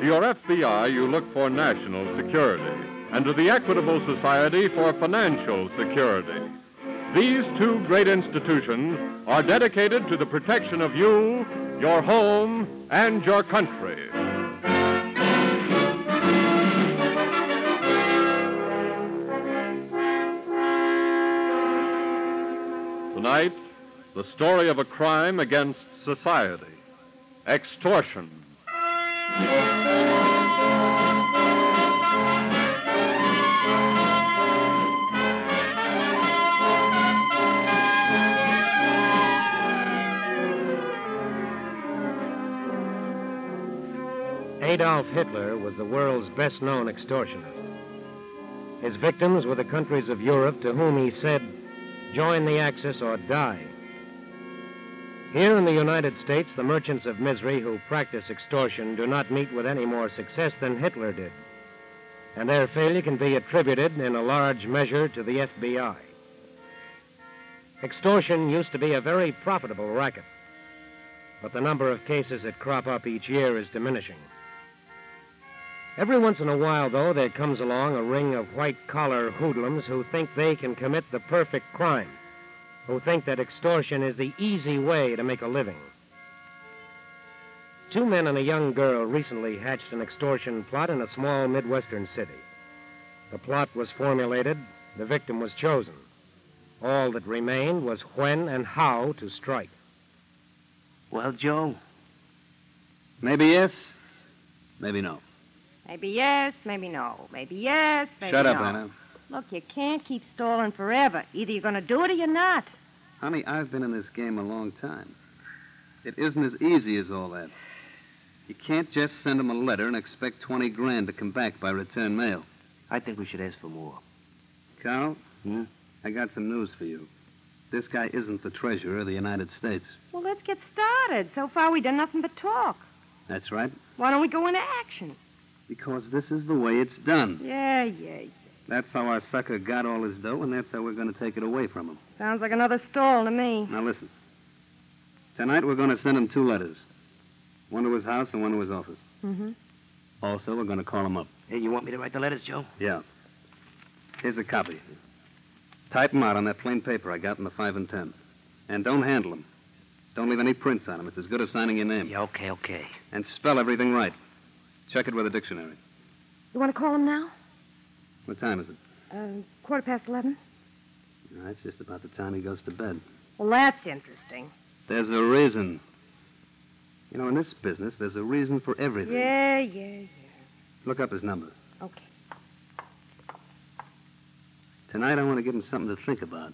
To your FBI, you look for national security, and to the Equitable Society for financial security. These two great institutions are dedicated to the protection of you, your home, and your country. Tonight, the story of a crime against society extortion. Adolf Hitler was the world's best known extortionist. His victims were the countries of Europe to whom he said, join the Axis or die. Here in the United States, the merchants of misery who practice extortion do not meet with any more success than Hitler did. And their failure can be attributed in a large measure to the FBI. Extortion used to be a very profitable racket, but the number of cases that crop up each year is diminishing. Every once in a while, though, there comes along a ring of white collar hoodlums who think they can commit the perfect crime, who think that extortion is the easy way to make a living. Two men and a young girl recently hatched an extortion plot in a small Midwestern city. The plot was formulated, the victim was chosen. All that remained was when and how to strike. Well, Joe, maybe yes, maybe no. Maybe yes, maybe no. Maybe yes, maybe Shut up, no. Anna. Look, you can't keep stalling forever. Either you're going to do it or you're not. Honey, I've been in this game a long time. It isn't as easy as all that. You can't just send them a letter and expect 20 grand to come back by return mail. I think we should ask for more. Carl, Hmm? I got some news for you. This guy isn't the treasurer of the United States. Well, let's get started. So far, we've done nothing but talk. That's right, Why don't we go into action? because this is the way it's done. Yeah, yeah. That's how our sucker got all his dough, and that's how we're going to take it away from him. Sounds like another stall to me. Now listen. Tonight we're going to send him two letters. One to his house and one to his office. Mm-hmm. Also, we're going to call him up. Hey, you want me to write the letters, Joe? Yeah. Here's a copy. Type 'em out on that plain paper I got in the 5 and 10. And don't handle 'em. Don't leave any prints on 'em. It's as good as signing your name. Yeah, okay, okay. And spell everything right. Check it with a dictionary. You want to call him now? What time is it? Uh, quarter past eleven. Oh, that's just about the time he goes to bed. Well, that's interesting. There's a reason. You know, in this business, there's a reason for everything. Yeah, yeah, Look up his number. yeah. Okay. Tonight I want to give him something to think about.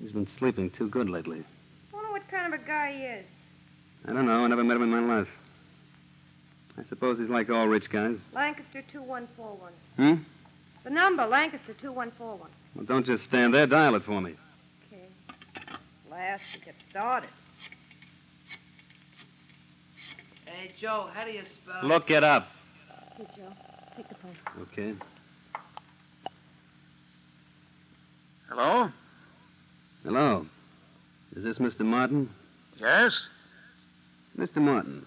He's been sleeping too good lately. Wonder what kind of a guy he is. I don't know. I never met him in my life. I suppose he's like all rich guys. Lancaster two one four one. Hmm? The number Lancaster two one four one. Well, don't just stand there. Dial it for me. Okay. Last to get started. Hey, Joe, how do you spell? Look it up. Hey, Joe, take the phone. Okay. Hello? Hello. Is this Mr. Martin? Yes? Mr. Martin,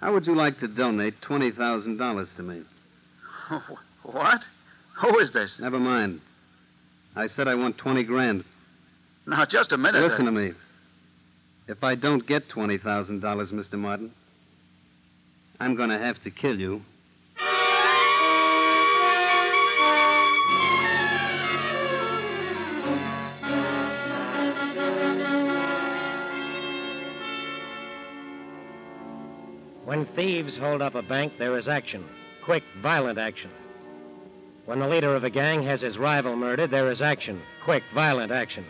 how would you like to donate $20,000 to me? What? Who is this? Never mind. I said I want 20 grand. Now, just a minute. Listen to me. If I don't get $20,000, Mr. Martin, I'm going to have to kill you. When thieves hold up a bank, there is action. Quick, violent action. When the leader of a gang has his rival murdered, there is action. Quick, violent action.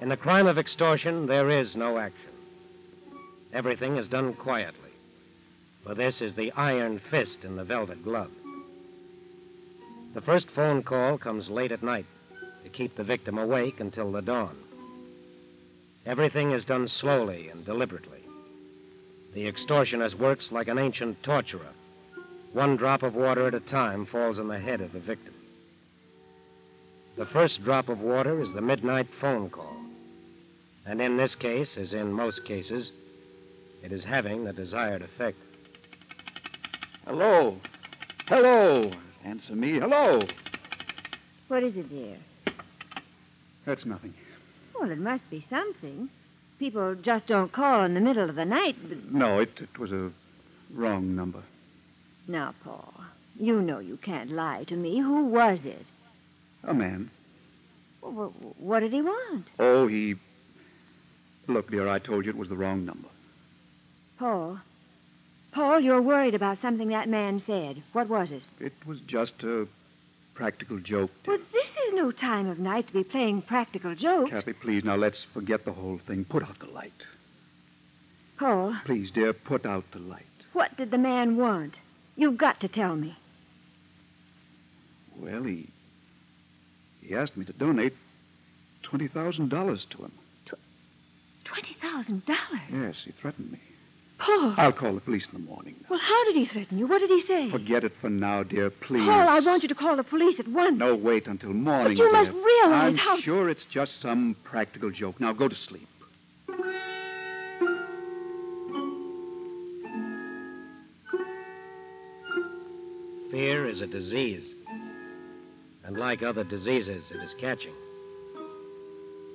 In the crime of extortion, there is no action. Everything is done quietly. For this is the iron fist in the velvet glove. The first phone call comes late at night to keep the victim awake until the dawn. Everything is done slowly and deliberately. The extortionist works like an ancient torturer. One drop of water at a time falls on the head of the victim. The first drop of water is the midnight phone call. And in this case, as in most cases, it is having the desired effect. Hello. Hello. Answer me. Hello. What is it, dear? That's nothing. Well, it must be something. People just don't call in the middle of the night. But... No, it, it was a wrong number. Now, Paul, you know you can't lie to me. Who was it? A man. Well, what did he want? Oh, he. Look, dear, I told you it was the wrong number. Paul. Paul, you're worried about something that man said. What was it? It was just a practical joke. Well, this is no time of night to be playing practical jokes. Kathy, please, now let's forget the whole thing. Put out the light. Paul. Please, dear, put out the light. What did the man want? You've got to tell me. Well, he. He asked me to donate $20,000 to him. $20,000? Yes, he threatened me. Paul. I'll call the police in the morning. Well, how did he threaten you? What did he say? Forget it for now, dear, please. Paul, I want you to call the police at once. No, wait until morning. But you dear. must realize I'm how- sure it's just some practical joke. Now go to sleep. Fear is a disease. And like other diseases, it is catching.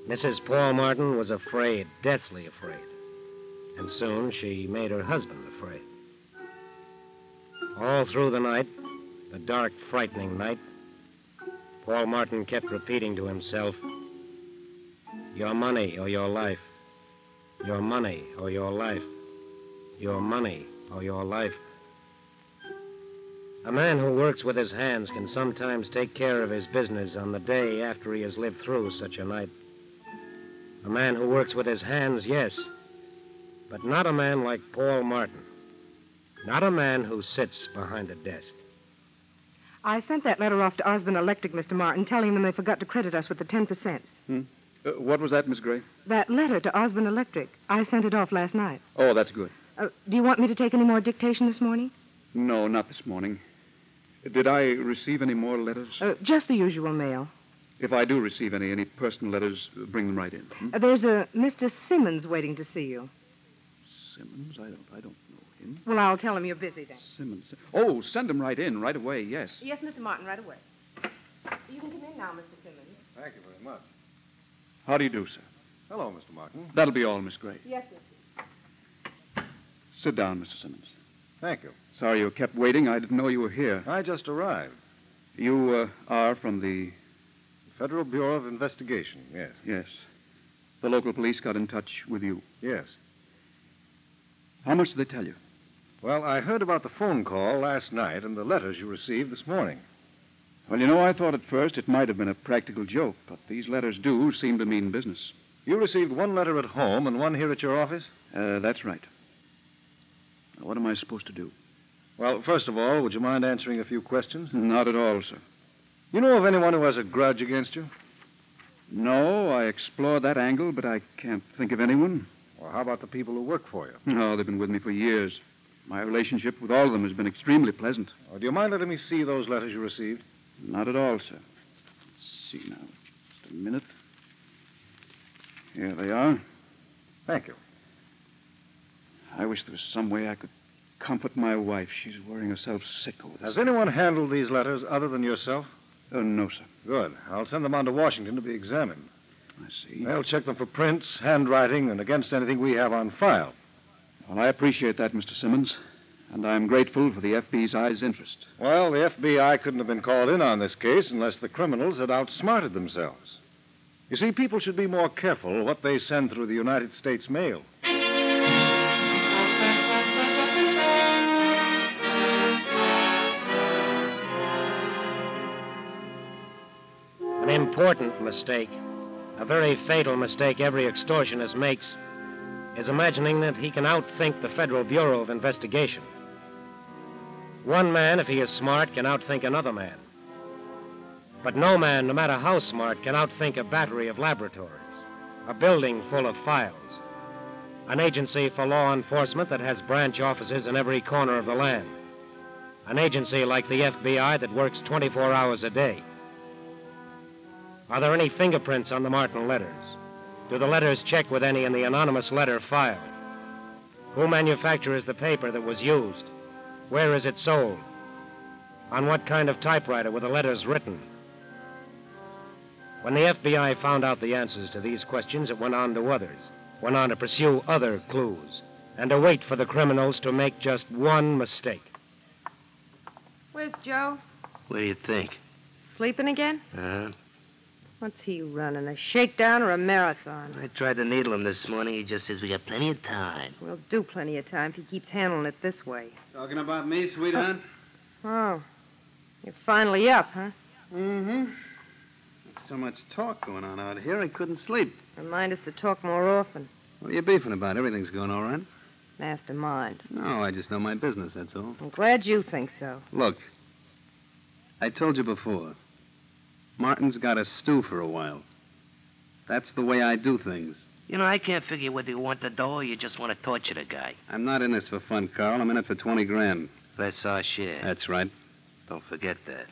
Mrs. Paul Martin was afraid, deathly afraid. And soon she made her husband afraid. All through the night, the dark, frightening night, Paul Martin kept repeating to himself Your money or your life. Your money or your life. Your money or your life. A man who works with his hands can sometimes take care of his business on the day after he has lived through such a night. A man who works with his hands, yes, but not a man like Paul Martin. Not a man who sits behind a desk. I sent that letter off to Osborne Electric, Mr. Martin, telling them they forgot to credit us with the 10%. Uh, what was that, Miss Gray? That letter to Osborne Electric, I sent it off last night. Oh, that's good. Uh, do you want me to take any more dictation this morning? No, not this morning. Did I receive any more letters? Uh, just the usual mail. if I do receive any, any personal letters, uh, bring them right in. hmm? Uh, there's a Mr. Simmons waiting to see you. Simmons? I don't, I don't know him. Well, I'll tell him you're busy then. Simmons. Oh, send them right in, right away, yes. Yes, Mr. Martin, right away. You can come in now, Mr. Simmons. Thank you very much. How do you do, sir? Hello, Mr. Martin. That'll be all, Miss Gray. Yes, sir. Sit down, Mr. Simmons. Thank you. Sorry you kept waiting. I didn't know you were here. I just arrived. You uh, are from the. Federal Bureau of Investigation, yes. Yes. The local police got in touch with you. Yes. How much did they tell you? Well, I heard about the phone call last night and the letters you received this morning. Well, you know, I thought at first it might have been a practical joke, but these letters do seem to mean business. You received one letter at home and one here at your office? Uh, that's right. Now, what am I supposed to do? Well, first of all, would you mind answering a few questions? Not at all, sir. You know of anyone who has a grudge against you? No, I explored that angle, but I can't think of anyone. Well, how about the people who work for you? No, they've been with me for years. My relationship with all of them has been extremely pleasant. Or do you mind letting me see those letters you received? Not at all, sir. Let's see now. Just a minute. Here they are. Thank you. I wish there was some way I could comfort my wife. She's worrying herself sick over this. Has anyone handled these letters other than yourself? Oh, no, sir. Good. I'll send them on to Washington to be examined. I see. They'll check them for prints, handwriting, and against anything we have on file. Well, I appreciate that, Mr. Simmons. And I'm grateful for the FBI's interest. Well, the FBI couldn't have been called in on this case unless the criminals had outsmarted themselves. You see, people should be more careful what they send through the United States mail. An important mistake, a very fatal mistake every extortionist makes, is imagining that he can outthink the Federal Bureau of Investigation. One man, if he is smart, can outthink another man. But no man, no matter how smart, can outthink a battery of laboratories, a building full of files, an agency for law enforcement that has branch offices in every corner of the land, an agency like the FBI that works 24 hours a day. Are there any fingerprints on the Martin letters? Do the letters check with any in the anonymous letter file? Who manufactures the paper that was used? Where is it sold? On what kind of typewriter were the letters written? When the FBI found out the answers to these questions, it went on to others, went on to pursue other clues, and to wait for the criminals to make just one mistake. Where's Joe? What do you think? Sleeping again? Huh? What's he running? A shakedown or a marathon? I tried to needle him this morning. He just says we got plenty of time. We'll do plenty of time if he keeps handling it this way. Talking about me, sweetheart? Oh. You're finally up, huh? Mm-hmm. So much talk going on out here, I couldn't sleep. Remind us to talk more often. What are you beefing about? Everything's going all right. Mastermind. No, I just know my business, that's all. I'm glad you think so. Look, I told you before, Martin's got a stew for a while. That's the way I do things. You know, I can't figure whether you want the dough or you just want to torture the guy. I'm not in this for fun, Carl. I'm in it for 20 grand. That's our share. That's right. Don't forget that.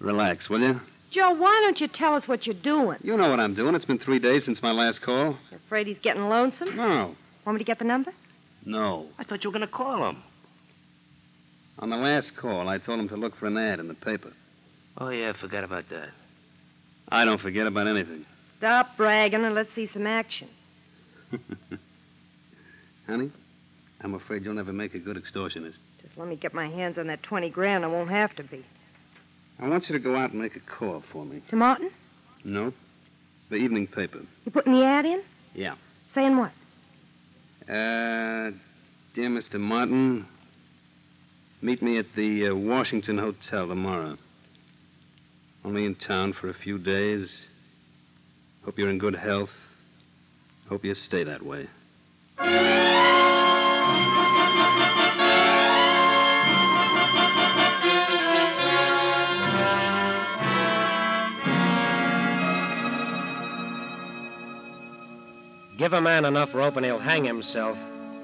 Relax, will you? Joe, why don't you tell us what you're doing? You know what I'm doing. It's been three days since my last call. You afraid he's getting lonesome? No. Want me to get the number? No. I thought you were going to call him. On the last call, I told him to look for an ad in the paper. Oh, yeah, I forgot about that. I don't forget about anything. Stop bragging and let's see some action. Honey, I'm afraid you'll never make a good extortionist. Just let me get my hands on that 20 grand. I won't have to be. I want you to go out and make a call for me. To Martin? No? The evening paper. You putting the ad in? Yeah. Saying what? Uh, dear Mr. Martin, meet me at the uh, Washington Hotel tomorrow. Only in town for a few days. Hope you're in good health. Hope you stay that way. Give a man enough rope and he'll hang himself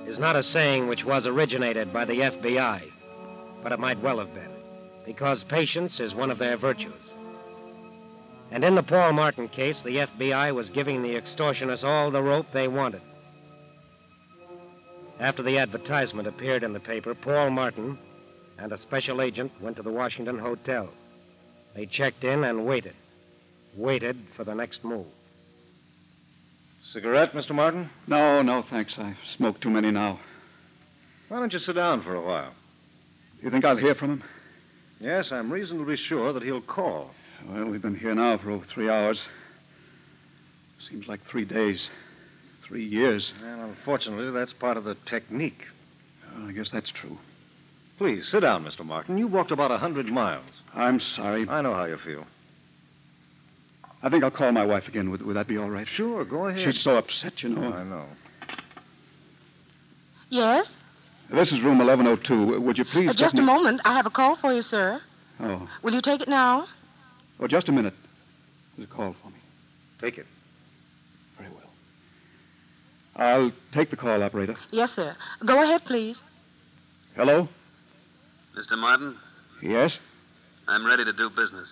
is not a saying which was originated by the FBI, but it might well have been, because patience is one of their virtues. And in the Paul Martin case, the FBI was giving the extortionists all the rope they wanted. After the advertisement appeared in the paper, Paul Martin and a special agent went to the Washington Hotel. They checked in and waited. Waited for the next move. Cigarette, Mr. Martin? No, no, thanks. I've smoked too many now. Why don't you sit down for a while? You think I'll hear from him? Yes, I'm reasonably sure that he'll call. Well, we've been here now for over three hours. Seems like three days. Three years. Well, unfortunately, that's part of the technique. Well, I guess that's true. Please, sit down, Mr. Martin. You walked about a hundred miles. I'm sorry. I know how you feel. I think I'll call my wife again. Would, would that be all right? Sure, go ahead. She's so upset, you know. Oh, I know. Yes? This is room 1102. W- Would you please... Uh, let just a me- moment. I have a call for you, sir. Oh. Will you take it now? oh, just a minute. There's a call for me. Take it. Very well. I'll take the call, operator. Yes, sir. Go ahead, please. Hello? Mr. Martin, Yes? I'm ready to do business.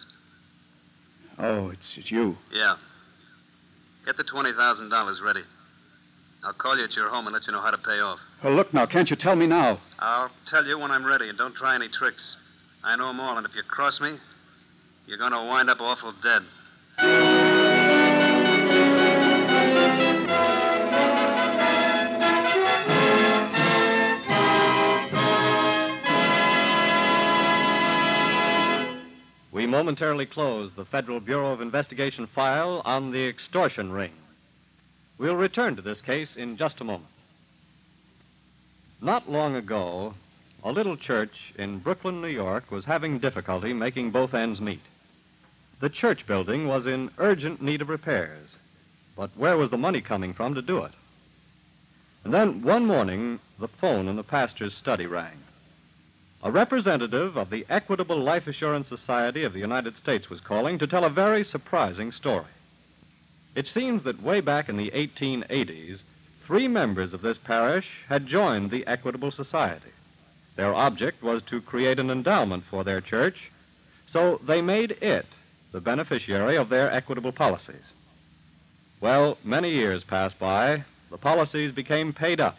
Oh, it's, it's you. Yeah. Get the $20,000 ready. I'll call you at your home and let you know how to pay off. Well, look now. Can't you tell me now? I'll tell you when I'm ready, and don't try any tricks. I know 'em all, and if you cross me, you're going to wind up awful dead. We momentarily close the Federal Bureau of Investigation file on the extortion ring. We'll return to this case in just a moment. Not long ago, a little church in Brooklyn, New York, was having difficulty making both ends meet. The church building was in urgent need of repairs, but where was the money coming from to do it? And then one morning, the phone in the pastor's study rang. A representative of the Equitable Life Assurance Society of the United States was calling to tell a very surprising story. It seems that way back in the 1880s, three members of this parish had joined the Equitable Society. Their object was to create an endowment for their church, so they made it the beneficiary of their equitable policies. Well, many years passed by, the policies became paid up.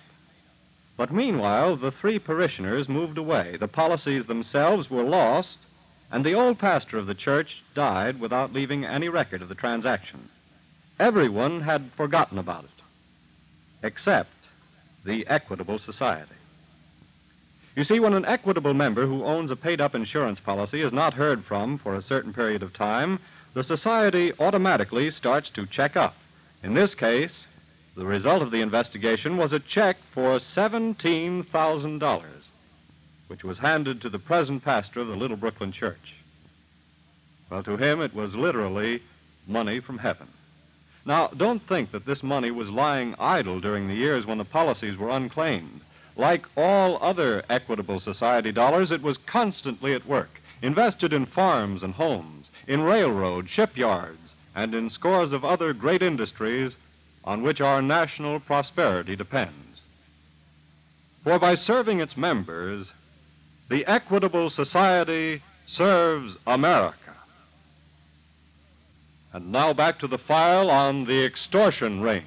But meanwhile, the three parishioners moved away, the policies themselves were lost, and the old pastor of the church died without leaving any record of the transaction. Everyone had forgotten about it, except the Equitable Society. You see, when an equitable member who owns a paid up insurance policy is not heard from for a certain period of time, the society automatically starts to check up. In this case, the result of the investigation was a check for $17,000, which was handed to the present pastor of the Little Brooklyn Church. Well, to him, it was literally money from heaven. Now, don't think that this money was lying idle during the years when the policies were unclaimed. Like all other Equitable Society dollars, it was constantly at work, invested in farms and homes, in railroads, shipyards, and in scores of other great industries on which our national prosperity depends. For by serving its members, the Equitable Society serves America. And now back to the file on the extortion ring.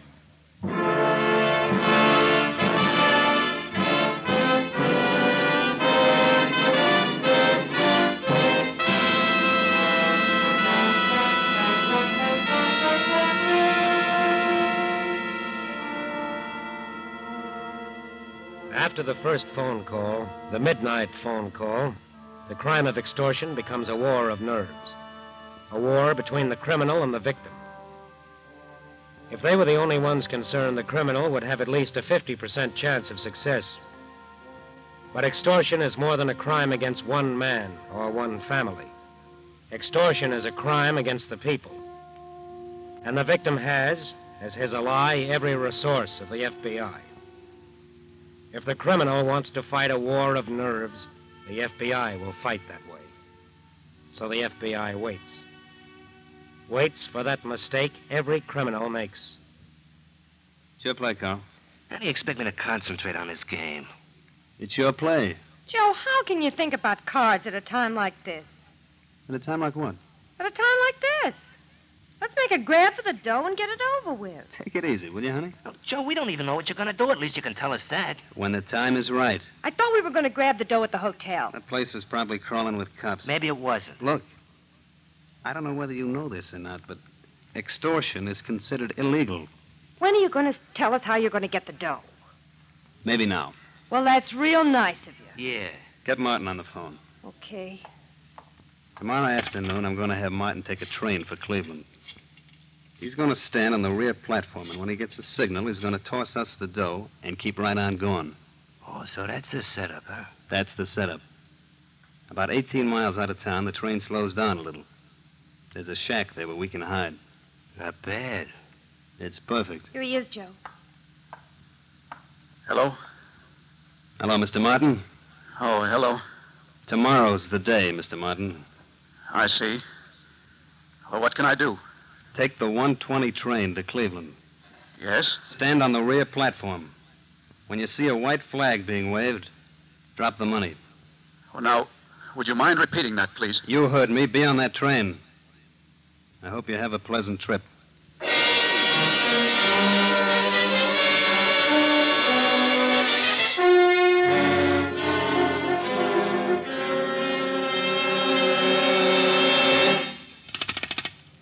After the first phone call, the midnight phone call, the crime of extortion becomes a war of nerves, a war between the criminal and the victim. If they were the only ones concerned, the criminal would have at least a 50% chance of success. But extortion is more than a crime against one man or one family. Extortion is a crime against the people. And the victim has, as his ally, every resource of the FBI. If the criminal wants to fight a war of nerves, the FBI will fight that way. So the FBI waits. Waits for that mistake every criminal makes. It's your play, Carl. How do you expect me to concentrate on this game? It's your play. Joe, how can you think about cards at a time like this? At a time like what? At a time like this? Let's make a grab for the dough and get it over with. Take it easy, will you, honey? Oh, Joe, we don't even know what you're going to do. At least you can tell us that. When the time is right. I thought we were going to grab the dough at the hotel. The place was probably crawling with cops. Maybe it wasn't. Look, I don't know whether you know this or not, but extortion is considered illegal. When are you going to tell us how you're going to get the dough? Maybe now. Well, that's real nice of you. Yeah. Get Martin on the phone. Okay. Tomorrow afternoon, I'm going to have Martin take a train for Cleveland. He's going to stand on the rear platform, and when he gets the signal, he's going to toss us the dough and keep right on going. Oh, so that's the setup, huh? That's the setup. About 18 miles out of town, the train slows down a little. There's a shack there where we can hide. Not bad. It's perfect. Here he is, Joe. Hello? Hello, Mr. Martin. Oh, hello. Tomorrow's the day, Mr. Martin. I see. Well, what can I do? Take the 120 train to Cleveland. Yes? Stand on the rear platform. When you see a white flag being waved, drop the money. Well, now, would you mind repeating that, please? You heard me. Be on that train. I hope you have a pleasant trip.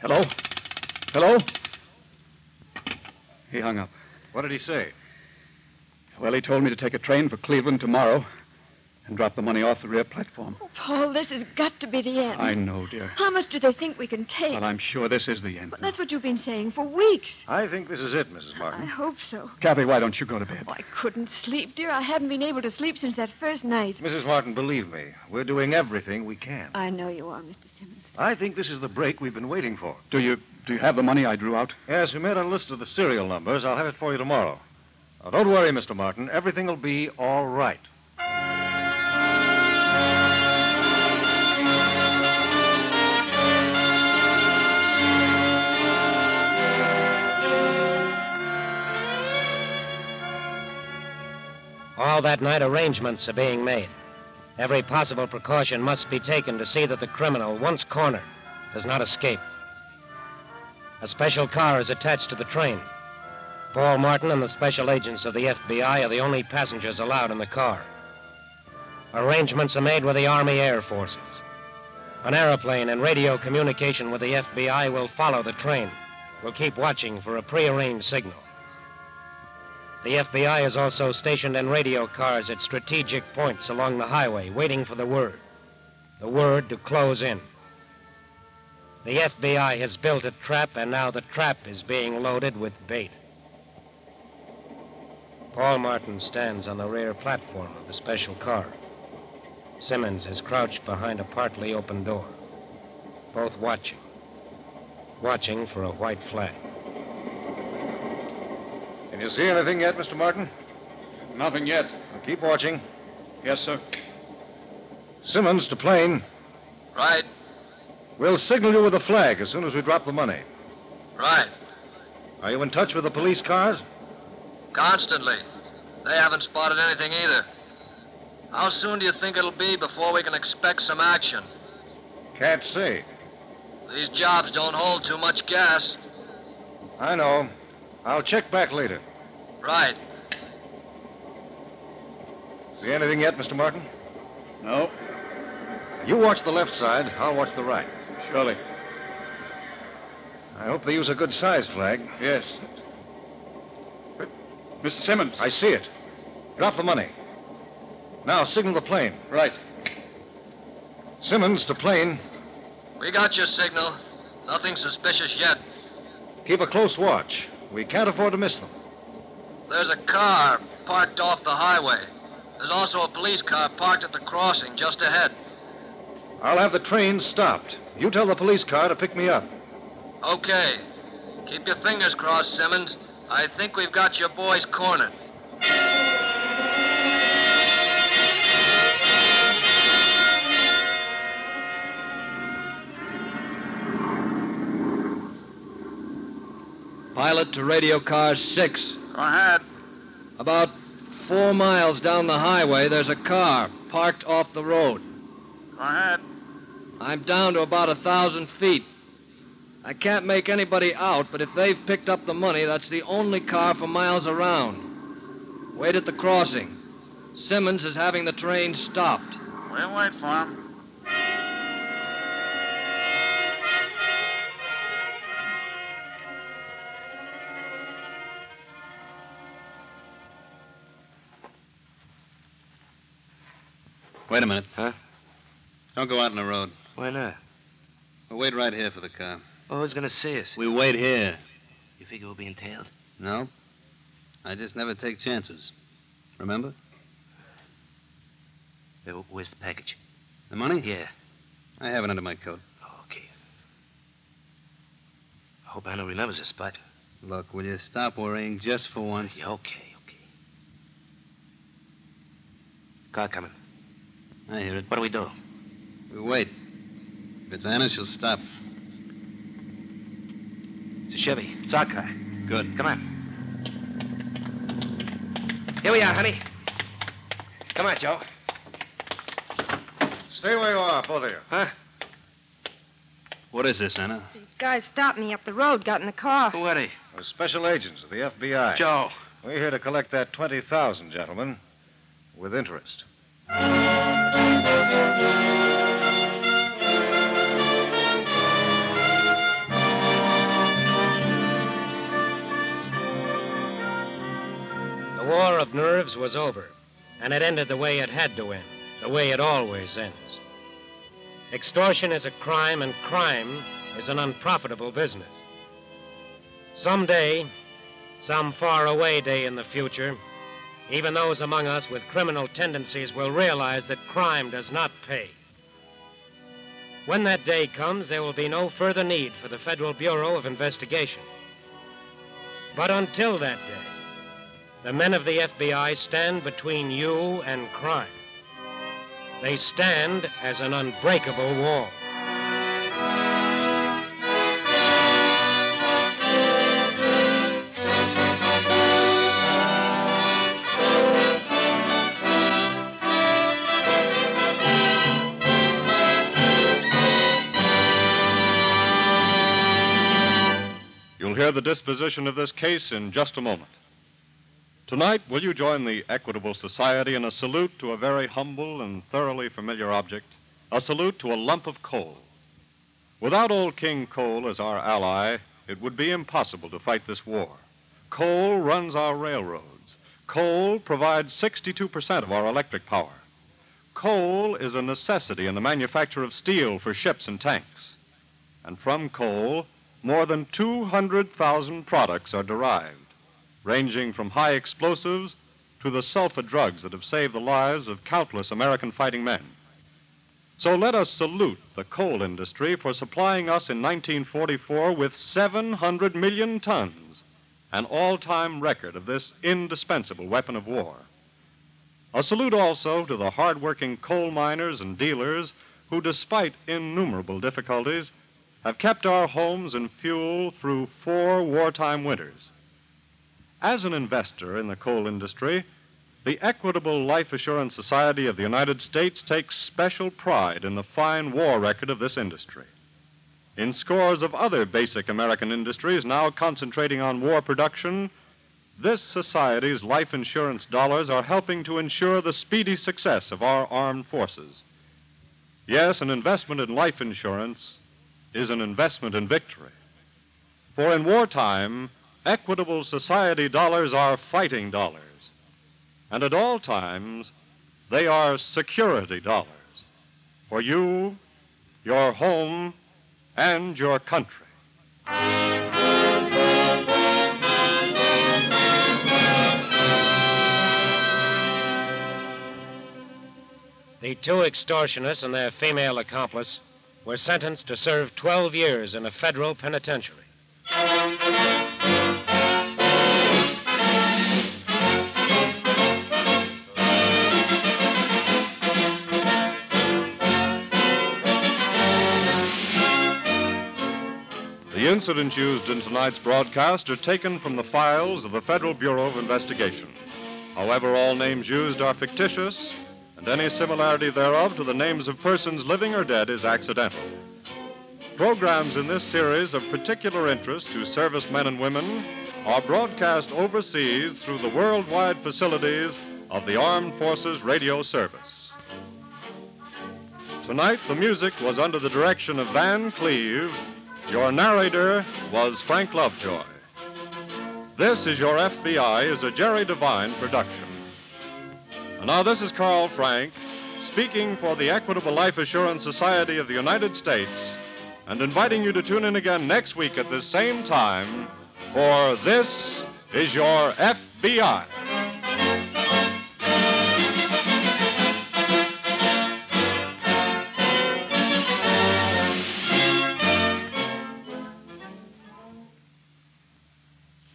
Hello? Hello? He hung up. What did he say? Well, he told me to take a train for Cleveland tomorrow and drop the money off the rear platform. Oh, Paul, this has got to be the end. I know, dear. How much do they think we can take? But I'm sure this is the end. Well, that's what you've been saying for weeks. I think this is it, Mrs. Martin. I hope so. Kathy, why don't you go to bed? Oh, I couldn't sleep, dear. I haven't been able to sleep since that first night. Mrs. Martin, believe me, we're doing everything we can. I know you are, Mr. Simmons. I think this is the break we've been waiting for. Do you do you have the money I drew out? Yes, we made a list of the serial numbers. I'll have it for you tomorrow. Now, don't worry, Mr. Martin. Everything will be all right. All that night, arrangements are being made. Every possible precaution must be taken to see that the criminal, once cornered, does not escape. A special car is attached to the train. Paul Martin and the special agents of the FBI are the only passengers allowed in the car. Arrangements are made with the Army Air Forces. An aeroplane and radio communication with the FBI will follow the train. We'll keep watching for a prearranged signal. The FBI is also stationed in radio cars at strategic points along the highway, waiting for the word. The word to close in. The FBI has built a trap, and now the trap is being loaded with bait. Paul Martin stands on the rear platform of the special car. Simmons is crouched behind a partly open door, both watching, watching for a white flag. Have you seen anything yet, Mr. Martin? Nothing yet. Well, keep watching. Yes, sir. Simmons to plane. Right, We'll signal you with a flag as soon as we drop the money. right. Are you in touch with the police cars? Constantly. They haven't spotted anything either. How soon do you think it'll be before we can expect some action? Can't say. These jobs don't hold too much gas. I know. I'll check back later. Right. See anything yet, Mr. Martin? No. You watch the left side. I'll watch the right. Surely. I hope they use a good size flag. Yes. But, Mr. Simmons. I see it. Drop the money. Now signal the plane. Right. Simmons to plane. We got your signal. Nothing suspicious yet. Keep a close watch. We can't afford to miss them. There's a car parked off the highway. There's also a police car parked at the crossing just ahead. I'll have the train stopped. You tell the police car to pick me up. Okay. Keep your fingers crossed, Simmons. I think we've got your boys cornered. Pilot to radio car six. Go ahead. About four miles down the highway, there's a car parked off the road. Go ahead. I'm down to about a thousand feet. I can't make anybody out, but if they've picked up the money, that's the only car for miles around. Wait at the crossing. Simmons is having the train stopped. We'll wait for him. Wait a minute. Huh? Don't go out on the road. Why not? We'll wait right here for the car. Well, who's going to see us? We wait here. You figure we'll be entailed? No. I just never take chances. Remember? Hey, wh- Where's the package? The money? Yeah. I have it under my coat. Okay. I hope Anna remembers this spot. Look, will you stop worrying just for once? Yeah, okay, okay. Car coming. I hear it. What do we do? We wait. If it's Anna, she'll stop. It's a Chevy. It's our car. Good. Come on. Here we are, honey. Come on, Joe. Stay where you are, both of you. Huh? What is this, Anna? These guys stopped me up the road, got in the car. Who are they? We're special agents of the FBI. Joe. We're here to collect that 20000 gentlemen, with interest. The war of nerves was over, and it ended the way it had to end, the way it always ends. Extortion is a crime, and crime is an unprofitable business. Some day, some faraway day in the future, even those among us with criminal tendencies will realize that crime does not pay. When that day comes, there will be no further need for the Federal Bureau of Investigation. But until that day, The men of the FBI stand between you and crime. They stand as an unbreakable wall. You'll hear the disposition of this case in just a moment. Tonight, will you join the Equitable Society in a salute to a very humble and thoroughly familiar object, a salute to a lump of coal? Without old King Coal as our ally, it would be impossible to fight this war. Coal runs our railroads. Coal provides 62% of our electric power. Coal is a necessity in the manufacture of steel for ships and tanks. And from coal, more than 200,000 products are derived ranging from high explosives to the sulfur drugs that have saved the lives of countless American fighting men. So let us salute the coal industry for supplying us in 1944 with 700 million tons, an all time record of this indispensable weapon of war. A salute also to the hard-working coal miners and dealers who, despite innumerable difficulties, have kept our homes in fuel through four wartime winters. As an investor in the coal industry, the Equitable Life Assurance Society of the United States takes special pride in the fine war record of this industry. In scores of other basic American industries now concentrating on war production, this society's life insurance dollars are helping to ensure the speedy success of our armed forces. Yes, an investment in life insurance is an investment in victory. For in wartime, Equitable society dollars are fighting dollars. And at all times, they are security dollars for you, your home, and your country. The two extortionists and their female accomplice were sentenced to serve 12 years in a federal penitentiary. The incidents used in tonight's broadcast are taken from the files of the Federal Bureau of Investigation. However, all names used are fictitious, and any similarity thereof to the names of persons living or dead is accidental. Programs in this series of particular interest to servicemen and women are broadcast overseas through the worldwide facilities of the Armed Forces Radio Service. Tonight, the music was under the direction of Van Cleve your narrator was Frank Lovejoy. This is Your FBI is a Jerry Devine production. And now this is Carl Frank speaking for the Equitable Life Assurance Society of the United States and inviting you to tune in again next week at this same time for This is Your FBI.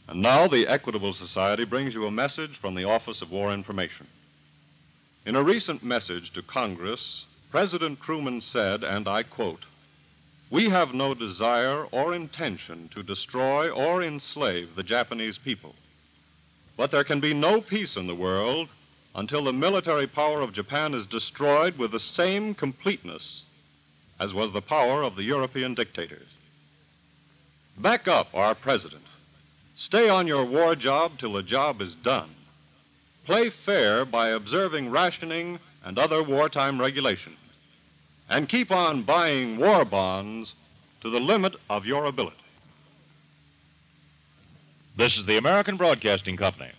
And now the Equitable Society brings you a message from the Office of War Information. In a recent message to Congress, President Truman said, and I quote, We have no desire or intention to destroy or enslave the Japanese people. But there can be no peace in the world until the military power of Japan is destroyed with the same completeness as was the power of the European dictators. Back up our president. Stay on your war job till the job is done. Play fair by observing rationing and other wartime regulations. And keep on buying war bonds to the limit of your ability. This is the American Broadcasting Company.